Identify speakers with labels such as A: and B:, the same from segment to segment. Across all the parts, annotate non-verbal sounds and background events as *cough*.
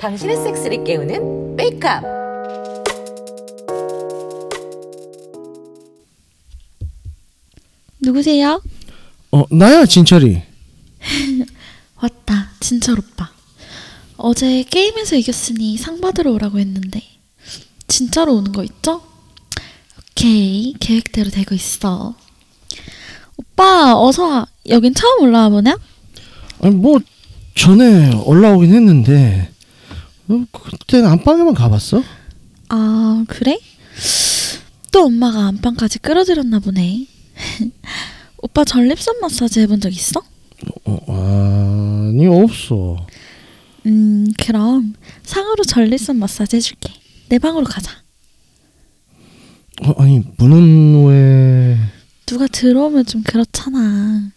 A: 당신의 섹스를 깨우는 메이크업.
B: 누구세요?
C: 어 나야 진철이.
B: 왔다. 진철 오빠. 어제 게임에서 이겼으니 상 받으러 오라고 했는데 진짜로 오는 거 있죠? 오케이. 계획대로 되고 있어. 오빠, 어서 와. 여긴 처음 올라와 보냐?
C: 아니 뭐 전에 올라오긴 했는데 어, 그때는 안방에만 가봤어?
B: 아, 그래? 또 엄마가 안방까지 끌어들였나 보네. *laughs* 오빠 전립선 마사지 해본 적 있어?
C: 어, 아니 없어.
B: 음, 그럼 상으로 전립선 마사지 해줄게. 내 방으로 가자.
C: 어, 아니 문은 왜?
B: 누가 들어오면 좀 그렇잖아.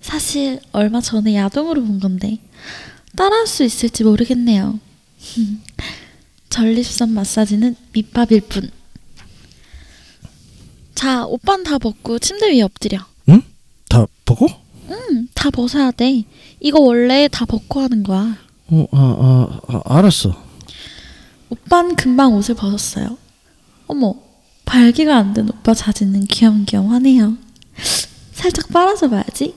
B: 사실 얼마 전에 야동으로 본 건데 따라할 수 있을지 모르겠네요. *laughs* 전립선 마사지는 밑밥일 뿐. 자, 오빠는 다 벗고 침대 위에 엎드려.
C: 응? 다 보고?
B: 응, 다 벗어야 돼. 이거 원래 다 벗고 하는 거야.
C: 어, 아, 아, 아 알았어.
B: 오빠는 금방 옷을 벗었어요. 어머, 발기가 안 된 오빠 자지는 귀염귀염하네요. 살짝 빨아서 봐야지.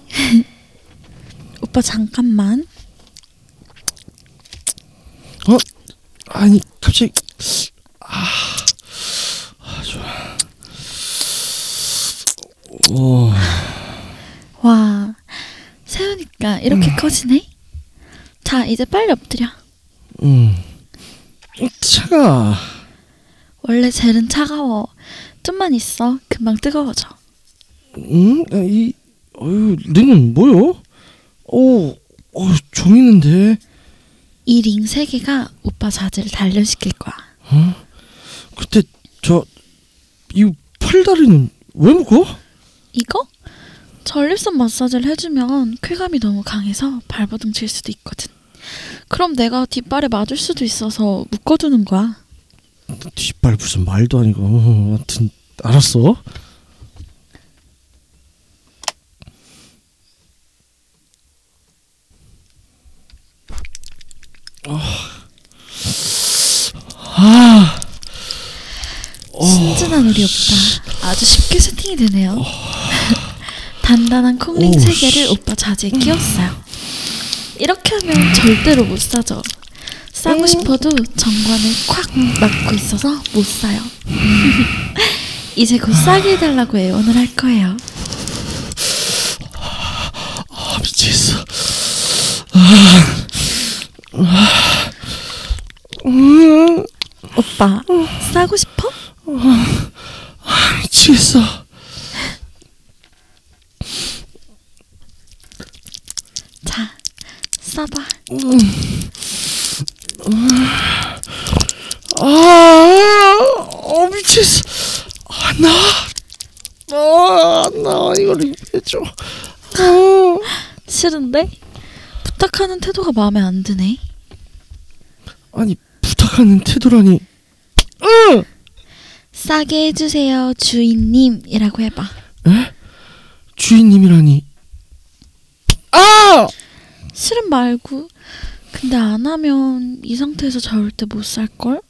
B: *laughs* 오빠 잠깐만.
C: 어? 아니 갑자기 아, 아 좋아. 오,
B: 와, 세우니까 이렇게 커지네. 자, 이제 빨리 엎드려.
C: 음. 차가.
B: 원래 젤은 차가워. 좀만 있어. 금방 뜨거워져.
C: 응? 아, 이 어유 링은 뭐요? 오, 어, 좀 있는데.
B: 이 링 세 개가 오빠 자지를 단련시킬 거야.
C: 그때 저 이 팔다리는 왜 묶어?
B: 이거? 전립선 마사지를 해주면 쾌감이 너무 강해서 발버둥 칠 수도 있거든. 그럼 내가 뒷발에 맞을 수도 있어서 묶어두는 거야.
C: 뒷발 무슨 말도 아니고. 어, 하여튼 알았어. 어.
B: 순진한 우리 오빠. 아주 쉽게 세팅이 되네요. *laughs* 단단한 콩링
C: 오우,
B: 세 개를
C: 어. 씨.
B: 오빠 자지에 끼웠어요. 이렇게 하면 절대로 못 싸죠. 싸고 싶어도 정관을 콱 막고 있어서 못 싸요.
C: 음.
B: *laughs* 이제 곧 싸게 해달라고 애원을 할 거예요.
C: 아 미치겠어. 아, 아, 음,
B: 오빠, 싸고 싶어?
C: 아, 미치겠어.
B: 자, 싸봐.
C: 아, 어, 미치겠어. 아, 나, 아, 나 이걸 해줘. 어.
B: 싫은데? 부탁하는 태도가 마음에 안 드네.
C: 아니 부탁하는 태도라니. 응.
B: 싸게 해주세요, 주인님이라고 해봐.
C: 에? 주인님이라니. 아!
B: 싫은 말고. 근데 안 하면 이 상태에서 저럴 때 못 살걸?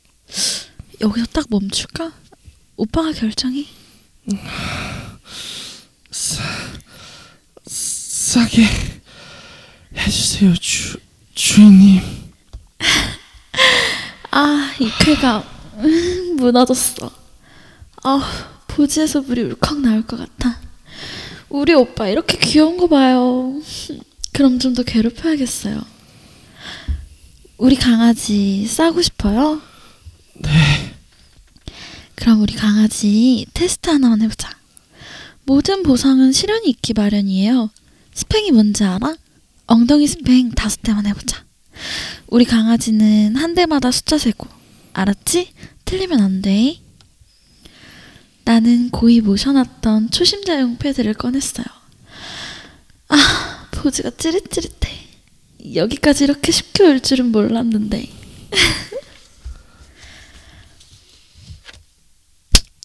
B: 여기서 딱 멈출까? 오빠가 결정해.
C: 싸게 해주세요 주 주인님.
B: 아, 이 쾌감. *laughs* 음, 무너졌어. 아, 보지에서 물이 울컥 나올 것 같아. 우리 오빠 이렇게 귀여운 거 봐요. 그럼 좀 더 괴롭혀야겠어요. 우리 강아지 싸고 싶어요? 네. 그럼 우리 강아지 테스트 하나만 해보자. 모든 보상은 실현이 있기 마련이에요. 스팽이 뭔지 알아? 엉덩이 스팽 다섯 대만 해보자. 우리 강아지는 한 대마다 숫자 세고 알았지? 틀리면 안 돼. 나는 고이 모셔놨던 초심자용 패드를 꺼냈어요. 아, 보즈가 찌릿찌릿해. 여기까지 이렇게 쉽게 올 줄은 몰랐는데.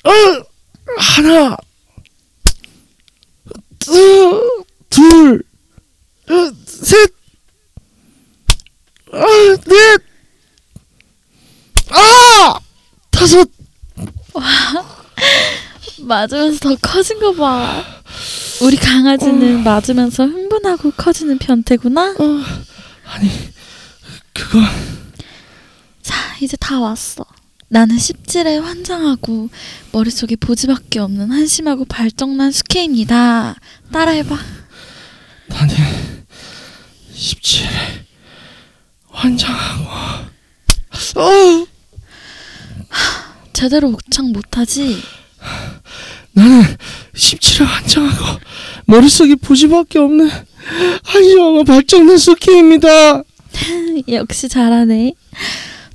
C: 어! 하나. 둘. 어, 어, 아,
B: 맞으면서 더 커진 거 봐. 우리 강아지는 맞으면서 흥분하고 커지는 변태구나.
C: 어, 그거
B: 자, 이제 다 왔어. 나는 십질에 환장하고 머릿속에 보지밖에 없는 한심하고 발정난 숙회입니다. 따라해봐.
C: 나는 17에 환장하고 어,
B: 제대로 옥창 못하지?
C: 나는 17에 환장하고 머릿속에 부지밖에 없는 한심하고 발정된 숙희입니다 어,
B: *laughs* 역시 잘하네.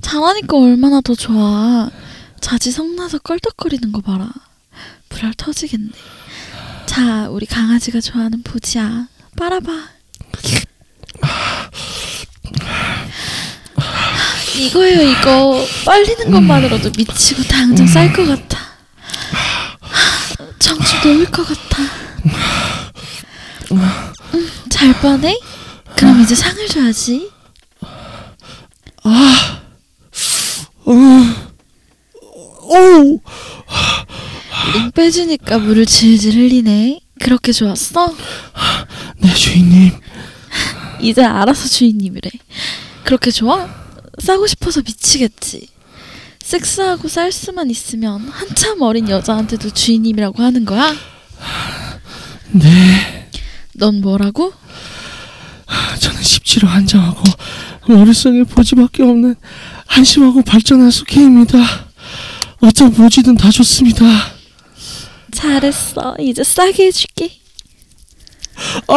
B: 잘하니까 얼마나 더 좋아. 자지 성나서 껄떡거리는 거 봐라. 불알 터지겠네. 자, 우리 강아지가 좋아하는 보지야. 빨아봐. 이거예요, 이거. 빨리는 것만으로도 미치고 당장 쌀 것 같아. 청춘 놓을 것 같아. 음, 잘 빠네? 그럼 이제 상을 줘야지.
C: 어, 어,
B: 링 빼주니까 물을 질질 흘리네. 그렇게 좋았어?
C: 내 네, 주인님
B: 이제 알아서 주인님이래. 그렇게 좋아? 싸고 싶어서 미치겠지. 섹스하고 쌀 수만 있으면 한참 어린 여자한테도 주인님이라고 하는 거야?
C: 네
B: 넌 뭐라고?
C: 아, 저는 17에 환장하고 머릿속에 보지밖에 없는 한심하고 발전한 숙희입니다 어떤 보지든 다 좋습니다
B: 잘했어. 이제 싸게 해줄게.
C: 어!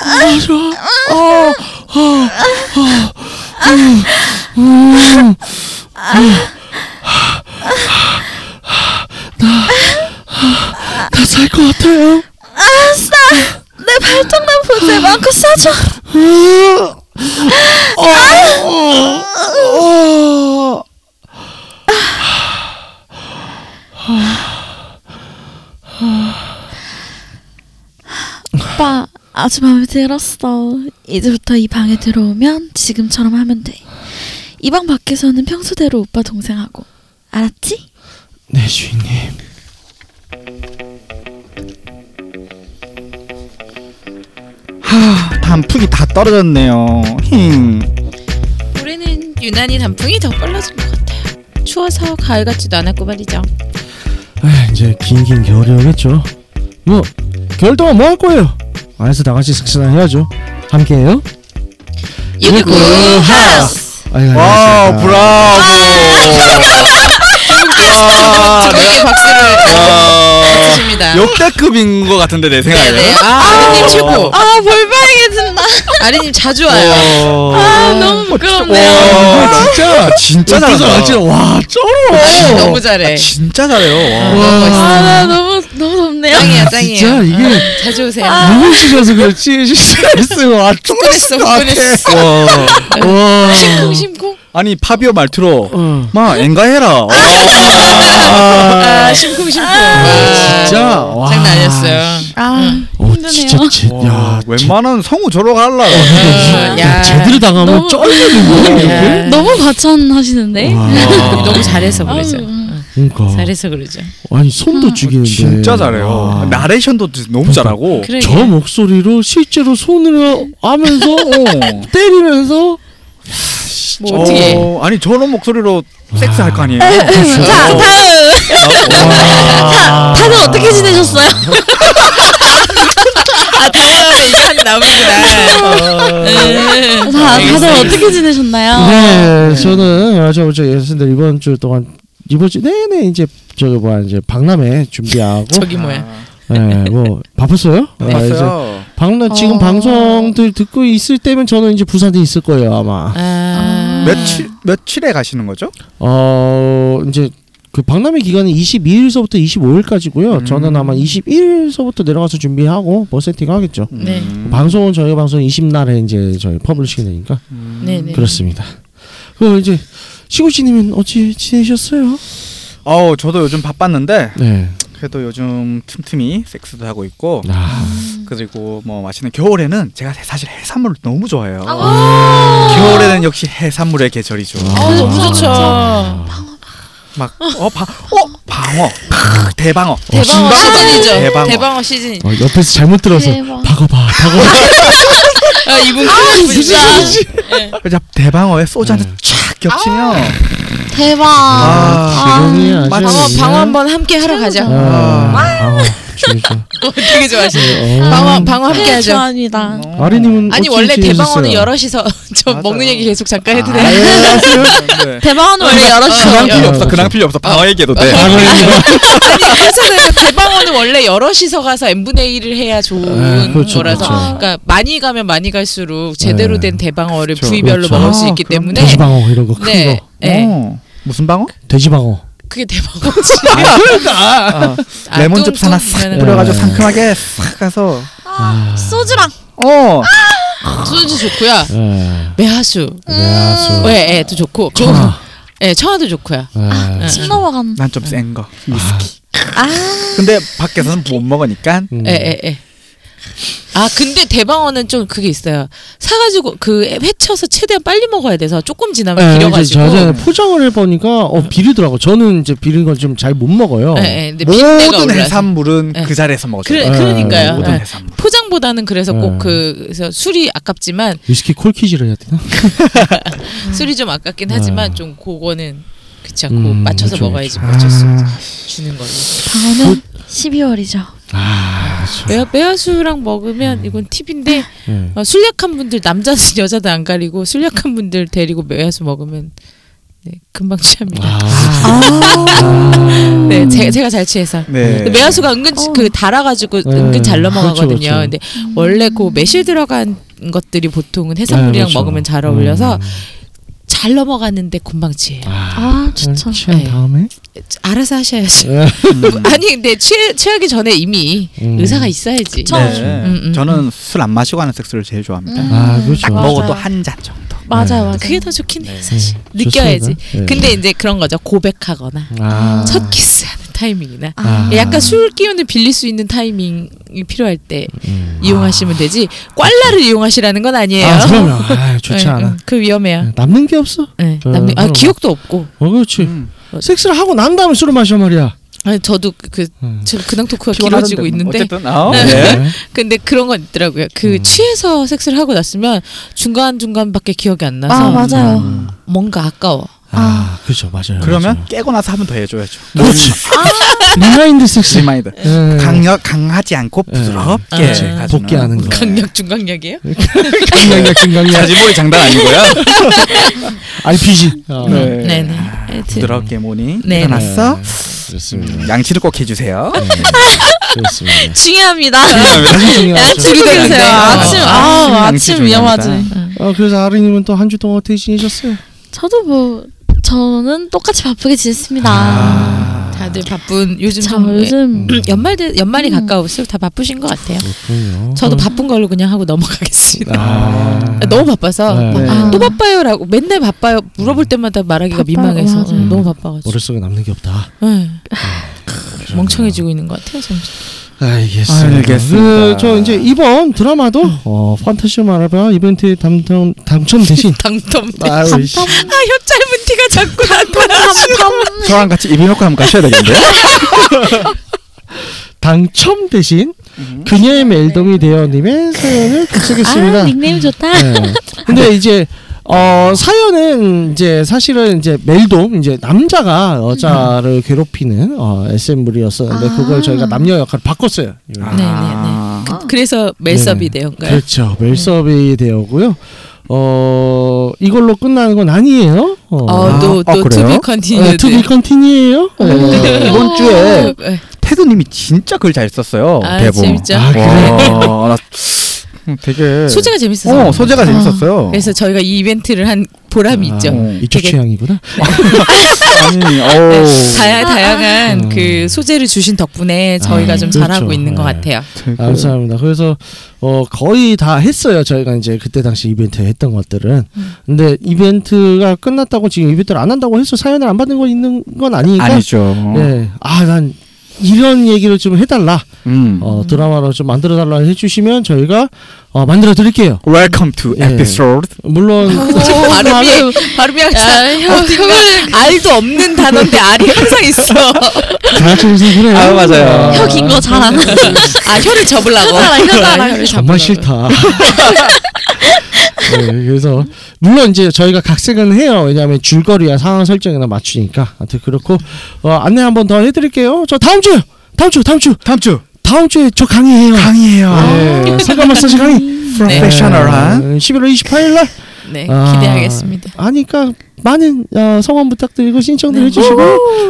C: 아 좋아 어, 어, 어, 어, 음. 나, 나 살 것 같아요
B: 아싸! 내 발정난 보드에 마음껏 싸줘.
C: 어, 어, 어.
B: 오빠, 아주 마음에 들었어. 이제부터 이 방에 들어오면 지금처럼 하면 돼. 이 방 밖에서는 평소대로 오빠 동생하고. 알았지?
C: 네 주인님
D: 하, 단풍이 다 떨어졌네요. 힝.
E: 올해는 유난히 단풍이 더 빨라진 것 같아요. 추워서 가을 같지도 않았고 말이죠.
C: 에휴, 네, 이제 긴긴 겨울이 오겠죠. 뭐 겨울 동안 뭐 할 거예요? 안에서 다 같이 섹스나 해야죠. 함께해요.
E: 유기구 하우스.
C: 아이고,
D: 와우,
C: 안녕하십니까.
D: 브라보. 아,
E: 저희 네, 박수를
D: 아,
E: 주십니다.
D: 역대급인 것 같은데 내 생각에.
E: 네네. 아린님 최고.
B: 아, 볼빨개진다.
E: 아린님 자주 와요.
B: 아, 너무 부끄럽네요.
C: 어.
D: 와, 진짜 진짜
C: 옆에서
D: 잘한다.
C: 완전 와
D: 쩔어.
E: 너무 잘해.
D: 진짜 잘해요. 와.
E: 너무
B: 아,
E: 멋있어.
B: 나 너무, 너무 덥네요.
E: 짱이야,
C: 진짜
E: 짱이야.
C: 이게
E: 자주 오세요.
C: 너무 싫어서 그렇지 아, 스트레스 와
E: 후끈했어,
D: 아,
E: 후끈했어.
D: 와. 와.
E: 심쿵.
D: 어. 아니 파비오 말투로
C: 어.
D: 마 엔가해라. 와.
E: 아, 심쿵, 심쿵. 와.
D: 진짜 와.
E: 어, 장난 아니었어요.
B: 아,
C: 어,
B: 힘드네요.
C: 진짜 제, 야,
D: 야, 어, 웬만한 성우 저러 갈라.
E: 어,
C: 아, 야,
E: 야.
C: 제대로 당하면
B: 너무- 아,
C: 쩔리는 거야 아, 이게.
B: 너무 과찬하시는데?
E: *laughs*
B: 음.
E: 너무 잘해서 그러죠.
C: 그러니까
E: 잘해서 그러죠.
C: 아니 손도 죽이는데
D: 진짜 잘해요.
C: 와.
D: 나레이션도 너무 잘하고.
E: 그래.
C: 저 목소리로 실제로 손을 하면서 어, *laughs* 때리면서
E: 뭐 어떻게. 네,
D: 어, 아니 저런 목소리로 섹스 할 거 아니에요? 어.
B: 자, 다음. 다들 어떻게 지내셨어요?
E: 아, 다음에 이제 한 나오는구나.
B: 다, 다들 어떻게 지내셨나요?
C: 네, 저는 아, 저, 저 예선들 이번 주 동안 이번 주 내내 이제 저기 뭐야 이제 박람회 준비하고
E: *laughs* 저기 뭐야.
C: 네, 뭐 바빴어요? 아, 이제
D: 네, 봤어요.
C: 박람 지금
B: 어.
C: 방송들 듣고 있을 때면 저는 이제 부산에 있을 거예요 아마.
E: 아,
D: 며칠 며칠에 가시는 거죠?
C: 어 이제 그 박람회 기간은 22일서부터 25일까지고요.
D: 음.
C: 저는 아마 21일서부터 내려가서 준비하고 뭐 세팅하겠죠.
E: 네.
D: 음.
C: 방송은 저희가 방송 20날에 이제 저희 퍼블리싱이 되니까
E: 네네.
C: 그렇습니다. 그럼 이제 시구씨님은 어찌 지내셨어요?
D: 아우 저도 요즘 바빴는데
C: 네.
D: 그래도 요즘 틈틈이 섹스도 하고 있고
C: 아,
D: 그리고 뭐 맛있는 겨울에는 제가 사실 해산물을 너무 좋아해요.
E: 아,
D: 겨울에는 역시 해산물의 계절이죠.
E: 아, 너무 좋죠. 어,
D: 막 어 바 어 방어 크, 대방어
E: 대방어
D: 신방어.
E: 시즌이죠.
D: 대방어.
E: 대방어, 시즌.
C: 어, 옆에서 잘못 들어서
B: 대박.
C: 박어봐, 박어봐.
E: 아, 이분 큰일 났습니다.
D: 그래서 대방어에 소주 한잔 촥 겹치면
B: 대박.
D: 아,
C: 지금이 아주
D: 방어,
E: 방어
C: 그냥-
E: 방어 한번 함께 하러
C: 아,
E: *laughs* 가자.
C: 아, 진짜.
E: 되게 좋아하시네.
C: 어.
E: 방어 방어 함께
B: 네,
E: 하죠. 어.
B: 좋아합니다.
C: 아리님은
E: 음. 아니
C: 어찌
E: 원래
C: 지내셨어요?
E: 대방어는 여럿이서 *laughs* 저
D: 맞아요.
E: 먹는 얘기 계속 잠깐 해도
C: *laughs*
D: 아,
E: 돼요?
D: 네.
B: 대박은 원래
D: 그랑
B: 여럿이요.
D: 필요 없어 아, 그랑 필요 없어 그렇죠. 아, 방어 얘기해도 돼
E: 회사에서 대방어는 원래 여럿이서 가서 n분의 1을 해야 좋은
C: 아, 그렇죠,
E: 거라서
C: 그렇죠. 네.
E: 그러니까 많이 가면 많이 갈수록 제대로 된 대방어를
D: 그렇죠.
E: 부위별로
C: 그렇죠.
E: 먹을 수
D: 아,
E: 있기
D: 그럼요.
E: 때문에
C: 돼지방어 이런 거 큰
E: 네,
C: 거.
E: 네.
D: 어, 무슨 방어?
C: 돼지방어.
E: 그게 대방어지.
D: 아,
E: 아,
D: 레몬즙
E: 뚱뚱
D: 하나 싹
E: 하는
D: 뿌려가지고
C: 네.
D: 상큼하게 싹 가서
C: 아.
B: 소주랑
D: 어
E: 소주 좋고요.
C: 예.
E: 매화수,
C: 매화수.
E: 예, 예, 또 좋고,
C: 네. 청아.
E: 예, 청아도 네. 좋고요.
C: 예.
B: 침 넘어간다.
D: 난 좀 센 거. 위스키. 근데 밖에서는 못 먹으니까.
C: 음.
E: 예, 예, 예. 아 근데 대방어는 좀 그게 있어요. 사가지고 그 회쳐서 최대한 빨리 먹어야 돼서 조금 지나면
C: 예, 이제
E: 비려가지고.
C: 저는 포장을 해보니까 어, 비리더라고. 저는 이제 비린 건 좀 잘 못 먹어요.
E: 예, 예, 근데 핀대가
D: 모든
E: 올라서.
D: 해산물은
E: 네.
D: 그 자리에서 먹어줘요.
E: 그래,
C: 예,
E: 그러니까요.
D: 모든
E: 예.
D: 해산물.
E: 포장보다는 그래서
C: 예.
E: 꼭 그, 그래서 술이 아깝지만,
C: 위스키 콜키지를 해야 되나?
E: 술이 좀 아깝긴
C: 예.
E: 하지만, 좀 그거는, 그치, 않고
C: 음,
E: 맞춰서
C: 그쵸,
E: 먹어야지
D: 그쵸.
E: 맞출 수
D: 아.
E: 주는 걸로.
C: 네.
B: 다음은 12월이죠.
C: 아, 참.
E: 매화, 매화수랑
C: 음.
E: 먹으면, 이건 팁인데,
C: 예.
E: 어, 술 약한 분들, 남자든 *laughs* 여자든 안 가리고, 술 약한 분들 데리고 매화수 먹으면, 네, 금방 취합니다.
C: 아,
E: 네, 제, 제가 잘 취해서.
D: 네.
E: 근데 매화수가 은근
B: 어.
E: 그 달아가지고
C: 네,
E: 은근 잘
C: 그렇죠,
E: 넘어가거든요.
C: 그렇죠.
E: 근데 원래 그 매실 들어간 것들이 보통은 해산물이랑
C: 예, 그렇죠.
E: 먹으면 잘 어울려서 네.
C: 음.
E: 잘 넘어갔는데 금방 취해요.
B: 아, 좋죠.
C: 취한
E: 예.
C: 다음에.
E: 알아서 하셔야지.
C: 예.
E: *laughs*
D: 음.
E: 음. 아니 근데 취, 취하기 전에 이미
C: 음.
E: 의사가 있어야지.
B: 그쵸.
D: 네.
E: 음, 음,
D: 저는 술 안 마시고 하는 섹스를 제일 좋아합니다.
B: 음.
C: 아, 그렇죠.
D: 딱
E: 뭐
B: 맞아요.
D: 먹어도 한 잔 정도.
B: 맞아요, 맞아요.
E: 그게 더 좋긴 해요.
C: 예,
E: 사실.
C: 네.
E: 느껴야지.
C: 좋습니다. 예.
E: 근데 이제 그런 거죠. 고백하거나
C: 아.
E: 첫 키스하는 타이밍이나
C: 아.
E: 약간 술 기운을 빌릴 수 있는 타이밍이 필요할 때
C: 음.
E: 이용하시면 되지. 꽐라를 이용하시라는 건 아니에요.
C: 아, 그럼요. 아, 좋지
E: 예,
C: 않아.
E: 예, 그 위험해요.
C: 예, 남는 게 없어.
E: 네.
C: 예,
E: 남, 아,
C: 그럼.
E: 기억도 없고.
C: 어, 그렇지.
D: 음.
C: 섹스를 하고 난 다음에 술을 마셔 말이야.
E: 아니, 저도 그,
C: 음.
E: 저 근황 토크가
D: 피곤하던데
E: 그 길어지고
D: 뭐.
E: 있는데
D: 어쨌든 아,
E: 네.
D: 네.
E: 근데 그런 건 있더라고요. 그 취해서 섹스를 하고 났으면 중간 중간밖에 기억이 안 나서
B: 아, 맞아요.
C: 음.
E: 뭔가 아까워.
C: 아, 그렇죠. 맞아요.
D: 그러면 깨고 나서 한 번 더 해줘야죠.
E: 음.
C: 그렇지.
E: 아.
C: 리마인드 섹스.
D: 리마인드.
C: 예.
D: 강력 강하지 않고
C: 예.
D: 부드럽게
E: 예.
D: 가주는.
C: 복귀하는
D: 네.
C: 거.
E: 강력 중강력이에요?
C: 강력약 증강약.
D: 자지모의 장단
E: *laughs*
D: 아니고요.
C: RPG. 어.
D: 네.
E: 네네.
D: 부드럽게 모니
E: 네. 아,
D: 일어났어.
C: 그렇습니다.
D: 양치를 꼭 해주세요.
C: 네. 그렇습니다.
B: 중요합니다.
C: 아주 중요하죠.
E: 지금
B: 그러세요.
E: 네.
B: 아침,
D: 아,
B: 아우,
D: 양치
B: 아침
D: 중요합니다.
B: 위험하지.
C: 어, 그래서 아리님은 또 한 주 동안 어떻게 지내셨어요?
B: 저도 뭐 저는 똑같이 바쁘게 지냈습니다.
C: 아.
E: 다들 바쁜 요즘
B: 저
E: 좀 네.
C: 음.
B: 요즘
E: 연말 되- 연말이
B: 음.
E: 가까울수록 다 바쁘신 것 같아요.
C: 그렇군요.
E: 저도 바쁜 걸로 그냥 하고 넘어가겠습니다.
C: 음. 아,
E: 너무 바빠서
C: 네.
E: 아, 또 바빠요라고 맨날 바빠요 물어볼 때마다 말하기가
B: 바빠요.
E: 민망해서 음,
B: 맞아요.
E: 너무 바빠가지고
C: 머릿속에 남는 게 없다.
E: 예. 멍청해지고 있는 것 같아요 점점.
C: 알겠습니다.
D: 알겠습니다.
C: 그, 저 이제 이번 드라마도 어, 판타지 마라바 이벤트에 당첨 당첨되신
E: 당첨.
C: *laughs*
E: 아,
C: 아유, *laughs* 씨.
E: 혀 짧은 티가 자꾸 나더라.
B: 아,
D: 저랑 같이 이비인후과 한번 가셔야 되겠는데요?
C: 당첨되신 그녀의 멜동이 되어님의 사연을
B: 아
C: 소개했습니다.
B: 닉네임 좋다.
C: 네. 근데 이제 어 사연은 이제 사실은 이제 멜돔 이제 남자가 여자를 괴롭히는 어 SM물이었었는데
B: 아.
C: 그걸 저희가 남녀 역할을 바꿨어요.
E: 네, 네, 네. 그, 그래서 멜섭이
C: 네.
E: 되었가요?
C: 그렇죠. 멜섭이 되었고요. 어 이걸로 끝나는 건 아니에요. 어.
E: 어, 또,
D: 아,
E: 또,
D: 그래요?
E: 투비 컨티뉴드. 어,
C: 네, 투비 컨티니에요.
D: 네. 이번 주에 테드님이 진짜 글 잘 썼어요.
E: 아,
D: 대본.
E: 재밌죠?
C: 아,
D: 와, 나 음, 되게
E: 소재가 재밌어서.
D: 어 소재가 재밌었어요.
E: 그래서 저희가 이 이벤트를 한 보람이
C: 아,
E: 있죠.
D: 어.
C: 이쪽
E: 되게-
C: 취향이구나.
D: 아니,
E: 네,
D: 어우.
E: 다야, 다양한
C: 음.
E: 그 소재를 주신 덕분에 저희가
C: 아,
E: 좀
C: 그렇죠.
E: 잘하고 있는 것
C: 네.
E: 같아요.
D: 되게-
C: 아, 감사합니다. 그래서 어 거의 다 했어요. 저희가 이제 그때 당시 이벤트 했던 것들은.
D: 음.
C: 근데 이벤트가 끝났다고 지금 이벤트를 안 한다고 해서 사연을 안 받는 건 있는 건 아니니까.
D: 아니죠.
C: 예. 아, 난 이런 얘기를 좀 해달라.
D: 음.
C: 어, 드라마로 좀 만들어 달라 해주시면 저희가 어, 만들어 드릴게요.
D: Welcome to
C: 예.
D: episode.
C: 물론
E: *laughs*
D: 아.
C: *laughs*
E: 발음이 발음이
B: 아,
E: 항상
B: 야, 혀, 혀를
E: 알도 없는 단어인데 알이 항상 있어.
C: 자학생이 그래요.
D: 아, 맞아요.
C: 아,
B: 혀긴 거 잘 안 하는
E: 아 혀를 접으려고.
B: 혀다 혀를
C: 정말
B: 잡으려고.
C: 싫다. *laughs* 네, 그래서 물론 이제 저희가 각색은 해요. 왜냐하면 줄거리와 상황 설정이나 맞추니까. 아무튼 그렇고 어, 안내 한 번 더 해드릴게요. 저 다음 주요. 다음 주, 다음 주,
D: 다음 주
C: 다음 주에 저 강의해요.
D: 강의예요.
E: 아.
C: 네, 사과 마사지
E: *laughs*
C: 강의.
D: 프로페셔널한.
C: 네, 11월 28일 날
E: 네
C: 아,
E: 기대하겠습니다.
C: 하니까 많은 어, 성원 부탁드리고 신청도
E: 네.
C: 해주시고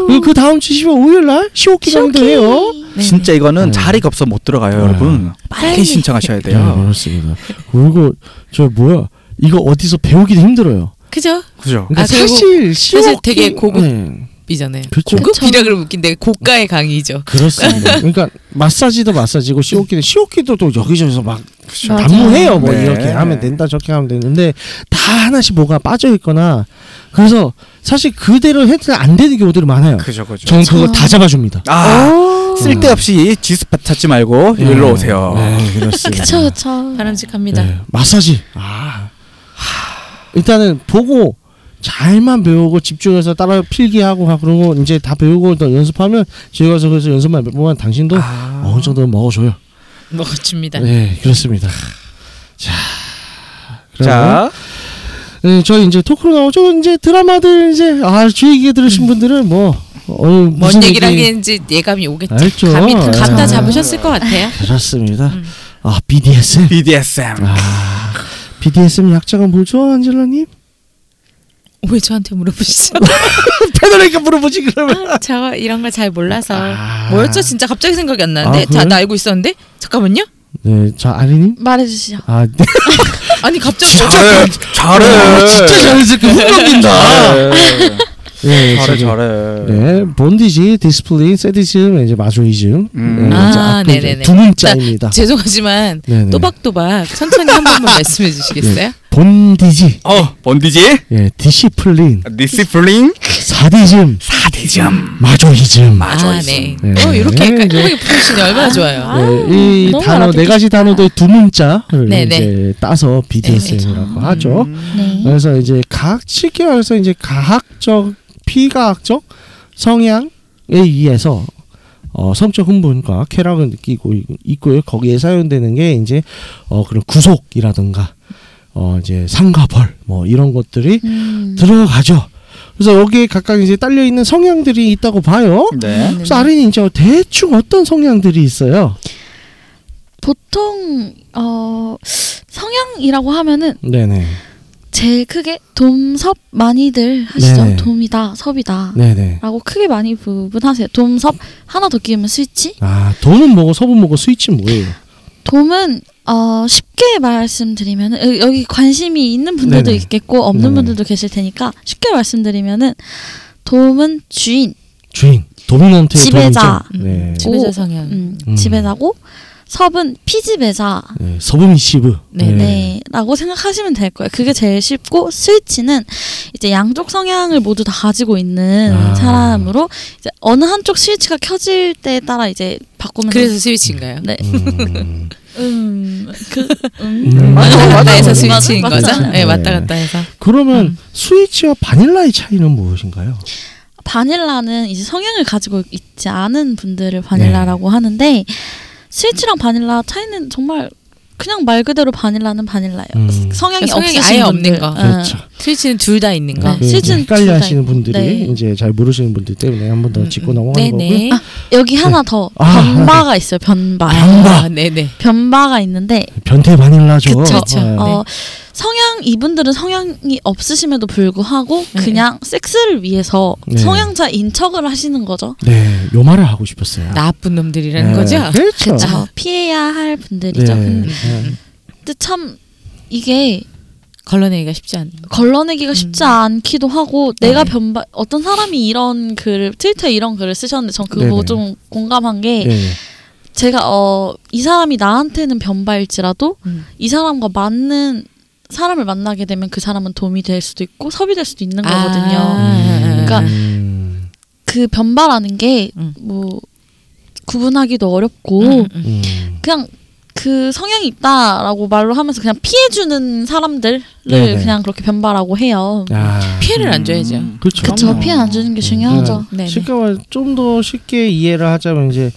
C: 그리고 그 다음 주 10월 5일 날 시옥 기간도 해요.
D: 진짜 이거는
C: 네.
D: 자리가 없어 못 들어가요,
C: 네.
D: 여러분. 빨리 신청하셔야
C: 네,
D: 돼요.
C: 그렇습니다. 그리고 저 뭐야 이거 어디서 배우기도 힘들어요.
E: 그죠?
D: 그죠?
C: 그러니까
E: 아, 그리고
C: 사실 시옥
E: 되게
C: 기-
E: 고급-
C: 네,
E: 이잖아요.
C: 그렇죠.
E: 고급이라 그러면 웃긴데 고가의 강의죠.
C: 그렇습니다. 그러니까 마사지도 마사지고 시옥기는 시옥기도 또 여기저기서 막
B: 맞아요.
C: 난무해요. 뭐
D: 네.
C: 이렇게 하면 된다 저렇게 하면 되는데 다 하나씩 뭐가 빠져 있거나 그래서 사실 그대로 해도 안 되는 경우들이 많아요.
D: 그죠, 그죠.
C: 저는 그거 다 잡아줍니다.
D: 아, 쓸데없이 지스팟 찾지 말고 일로 오세요.
C: 네, 그렇습니다.
B: 그쵸 그쵸
E: 음. 바람직합니다.
C: 네, 마사지. 아. 일단은 보고 잘만 배우고 집중해서 따라 필기하고 하 그러고 이제 다 배우고 또 연습하면 집에 가서 그래서 연습만 보면 당신도
D: 아.
C: 어느 정도는 먹어줘요.
E: 먹어줍니다.
C: 네, 그렇습니다. 자, 그러면
D: 자,
C: 네, 저희 이제 토크로 나오죠. 이제 드라마들 이제 아, 주 얘기 들으신 분들은 뭐 어느
E: 뭔
C: 무슨
E: 음. 얘기를 하겠는지 예감이 오겠죠.
C: 알죠.
E: 감이 감
C: 아.
E: 다 잡으셨을 것 같아요.
C: 그렇습니다.
E: 음.
C: 아, BDSM.
D: BDSM.
C: 아, BDSM 약자가 뭐죠, 안젤라님?
E: *laughs* 왜 저한테 물어보시죠?
C: 패널에게 물어보지 그러면.
E: *laughs* 저 이런 걸 잘 몰라서
C: 아.
E: 뭐였죠? 진짜 갑자기 생각이 안
C: 아,
E: 나는데
C: 그래요?
E: 자, 나 알고 있었는데 잠깐만요.
C: 네, 저 아리님.
B: 말해주시죠
C: 아, 네.
E: 아니 갑자기
D: 잘해,
C: *laughs*
D: 잘해.
C: 잘했을까 흥분된다. 그 네,
D: 잘해,
C: 지금,
D: 잘해.
C: 네, 본디지, 디스플레인, 세디즘, 이제 마조이즘.
D: 음.
C: 네,
E: 아,
C: 이제 앞으로 이제
E: 네네네.
C: 두 문자입니다.
E: 죄송하지만
C: 네네. 네.
E: 또박또박 천천히 한 번만 말씀해 주시겠어요?
C: 본디지,
D: 어, 뭔디지?
C: 예, 디시플린,
D: 아, 디시플린
C: 사디즘, 음.
D: 사디즘.
C: 마조이즘.
E: 아, 네.
C: 네.
E: 어, 이렇게
C: 네, 이제-
E: 깔끔하게 부르시니 얼마나 좋아요.
C: 네, 이
B: 너무
C: 단어 네
B: 알아듣기
C: 가지 단어도 두 문자를
E: 네네. 음.
C: 이제 따서 BDSM이라고 하죠.
D: 음.
B: 네
C: 그래서 이제 각 쉽게 말해서 이제 가학적 비가학적 성향에 의해서 어, 성적 흥분과 쾌락을 느끼고 있- 있고요. 거기에 사용되는 게 이제 어, 그런 구속이라든가 어, 이제 상가벌 뭐 이런 것들이
B: 음.
C: 들어가죠. 그래서 여기에 각각 이제 딸려 있는 성향들이 있다고 봐요.
E: 음.
D: 네.
C: 그래서 아린이 이제 대충 어떤 성향들이 있어요?
B: 보통 어 성향이라고 하면은
C: 네네.
B: 제일 크게 돔섭 많이들 하시죠
C: 네네.
B: 돔이다 섭이다
C: 네네.
B: 라고 크게 많이 구분하세요 돔섭 하나 더 끼우면 스위치
C: 아, 돈은 뭐고 서은 뭐고 스위치는 뭐예요?
B: 돔은 어 쉽게 말씀드리면은 여- 여기 관심이 있는 분들도
C: 네네.
B: 있겠고 없는
C: 네네.
B: 분들도 계실 테니까 쉽게 말씀드리면은 돔은 주인
C: 주인 도미넌트
B: 지배자.
E: 음.
C: 네.
E: 지배자
B: 오.
E: 성향.
B: 음,
C: 음.
B: 지배자고 섭은 피지배자
C: 네, 서브미시브.
E: 네,
B: 네. 라고 생각하시면 될 거예요. 그게 제일 쉽고 스위치는 이제 양쪽 성향을 모두 다 가지고 있는
C: 아.
B: 사람으로 이제 어느 한쪽 스위치가 켜질 때에 따라 이제 바꾸면
E: 그래서 스위치인가요?
B: 네.
C: 음.
B: 음그
C: 음.
E: 왔다
C: 맞아,
E: 갔다 음.
C: 맞아,
E: 해서
C: 맞아.
E: 스위치인
B: 맞아.
E: 거죠?
B: 맞아.
E: 네, 왔다
C: 네.
E: 갔다 해서.
C: 그러면 스위치와 바닐라의 차이는 무엇인가요?
B: 바닐라는 이제 성향을 가지고 있지 않은 분들을
C: 네.
B: 바닐라라고 하는데 스위치랑 바닐라 차이는 정말 그냥 말 그대로 바닐라는 바닐라예요.
C: 음.
B: 성향이,
E: 그러니까 성향이
B: 없으신
E: 아예 그러니까 없는
B: 분들.
E: 거.
B: 어.
C: 그렇죠.
E: 스위치는 둘 다 있는 거.
B: 네.
C: 그 이제
B: 시즌
C: 헷갈려
B: 투가
C: 하시는
B: 있고.
C: 분들이
B: 네.
C: 이제 잘 모르시는 분들 때문에 한 번 더 음,
B: 음,
C: 짚고 넘어가는 거고요.
E: 음, 네네.
B: 여기 하나 더
C: 아.
B: 변바가 있어요. 변바.
E: 아, 네네.
B: 변바가 있는데
C: 변태 바닐라죠.
E: 그쵸, 그쵸.
C: 네.
B: 어, 성향 이분들은 성향이 없으심에도 불구하고
E: 네.
B: 그냥 섹스를 위해서
C: 네.
B: 성향자 인척을 하시는 거죠.
C: 네, 요 말을 하고 싶었어요.
E: 나쁜 놈들이라는
C: 네,
E: 거죠?
C: 그렇죠.
B: 그렇죠. 피해야 할 분들이죠.
C: 네.
B: 음.
C: 네.
B: 근데 참 이게
E: 걸러내기가 쉽지 않네.
B: 걸러내기가 쉽지
E: 음.
B: 않기도 하고 내가
E: 네.
B: 변발 어떤 사람이 이런 글을 트위터에 이런 글을 쓰셨는데 전 그거
C: 네네.
B: 보고 좀 공감한
E: 네.
B: 게
C: 예.
B: 제가 어 이 사람이 나한테는 변발일지라도
E: 음.
B: 이 사람과 맞는 사람을 만나게 되면 그 사람은 도움이 될 수도 있고 섭이 될 수도 있는
E: 아.
B: 거거든요.
E: 그러니까
C: 음.
B: 그 변발하는 게 뭐
E: 음.
B: 구분하기도 어렵고
E: 음, 음.
C: 음.
B: 그냥 그 성향이 있다라고 말로 하면서 그냥 피해주는 사람들을
C: 네네.
B: 그냥 그렇게 변발하고 해요.
C: 아.
E: 피해를 안 줘야죠.
D: 음.
C: 그렇죠.
B: 그쵸 피해 안 주는 게 중요하죠.
E: 네. 네.
C: 음, 실감을 좀 더 쉽게 이해를 하자면 이제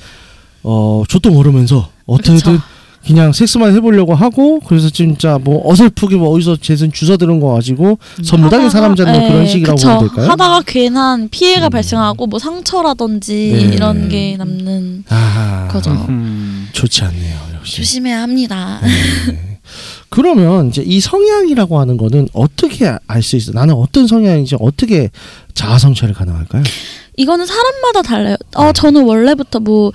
C: 어 저도 모르면서 어떻게든
B: 그쵸.
C: 그냥 섹스만 해보려고 하고 그래서 진짜 뭐 어설프게 뭐 어디서 재선 주워 들은 거 가지고 선물 당인 사람 잡는
B: 하다가-
C: 그런
B: 예,
C: 식이라고
B: 그쵸.
C: 보면 될까요?
B: 하다가 괜한 피해가
C: 음.
B: 발생하고 뭐 상처라든지
C: 네.
B: 이런 게 남는
C: 아,
B: 거죠.
D: 음.
C: 좋지 않네요 역시.
B: 조심해야 합니다.
C: 네. 그러면 이제 이 성향이라고 하는 거는 어떻게 알 수 있어? 나는 어떤 성향인지 어떻게 자아 성찰이 가능할까요?
B: 이거는 사람마다 달라요. 어, 저는 원래부터 뭐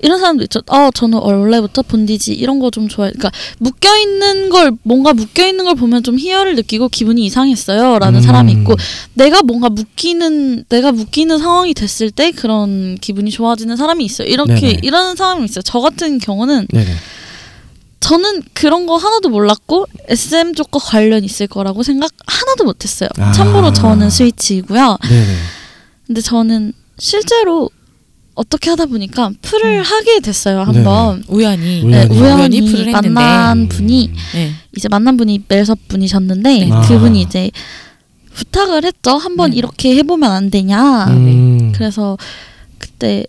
B: 이런 사람도 있죠. 어, 저는 원래부터 본디지 이런 거 좀 좋아해. 그러니까 묶여 있는 걸 뭔가 묶여 있는 걸 보면 좀 희열을 느끼고 기분이 이상했어요라는
C: 음.
B: 사람이 있고 내가 뭔가 묶이는 내가 묶이는 상황이 됐을 때 그런 기분이 좋아지는 사람이 있어요. 이렇게
C: 네네.
B: 이런 사람이 있어요. 저 같은 경우는
C: 네네.
B: 저는 그런 거 하나도 몰랐고 SM 쪽과 관련 있을 거라고 생각 하나도 못 했어요.
C: 아.
B: 참고로 저는 스위치이고요.
C: 네네.
B: 근데 저는 실제로 어떻게 하다 보니까
E: 음.
B: 풀을 하게 됐어요
C: 네네.
B: 한번
E: 우연히
C: 우연히.
B: 네,
C: 우연히
B: 우연히,
E: 풀을 했는데.
B: 만난
C: 음.
B: 분이
E: 네.
B: 이제 만난 분이 멜섭 분이셨는데
E: 네.
B: 그분이
C: 아.
B: 이제 부탁을 했죠 한번
E: 네.
B: 이렇게 해보면 안 되냐
C: 음.
B: 아, 네. 그래서 그때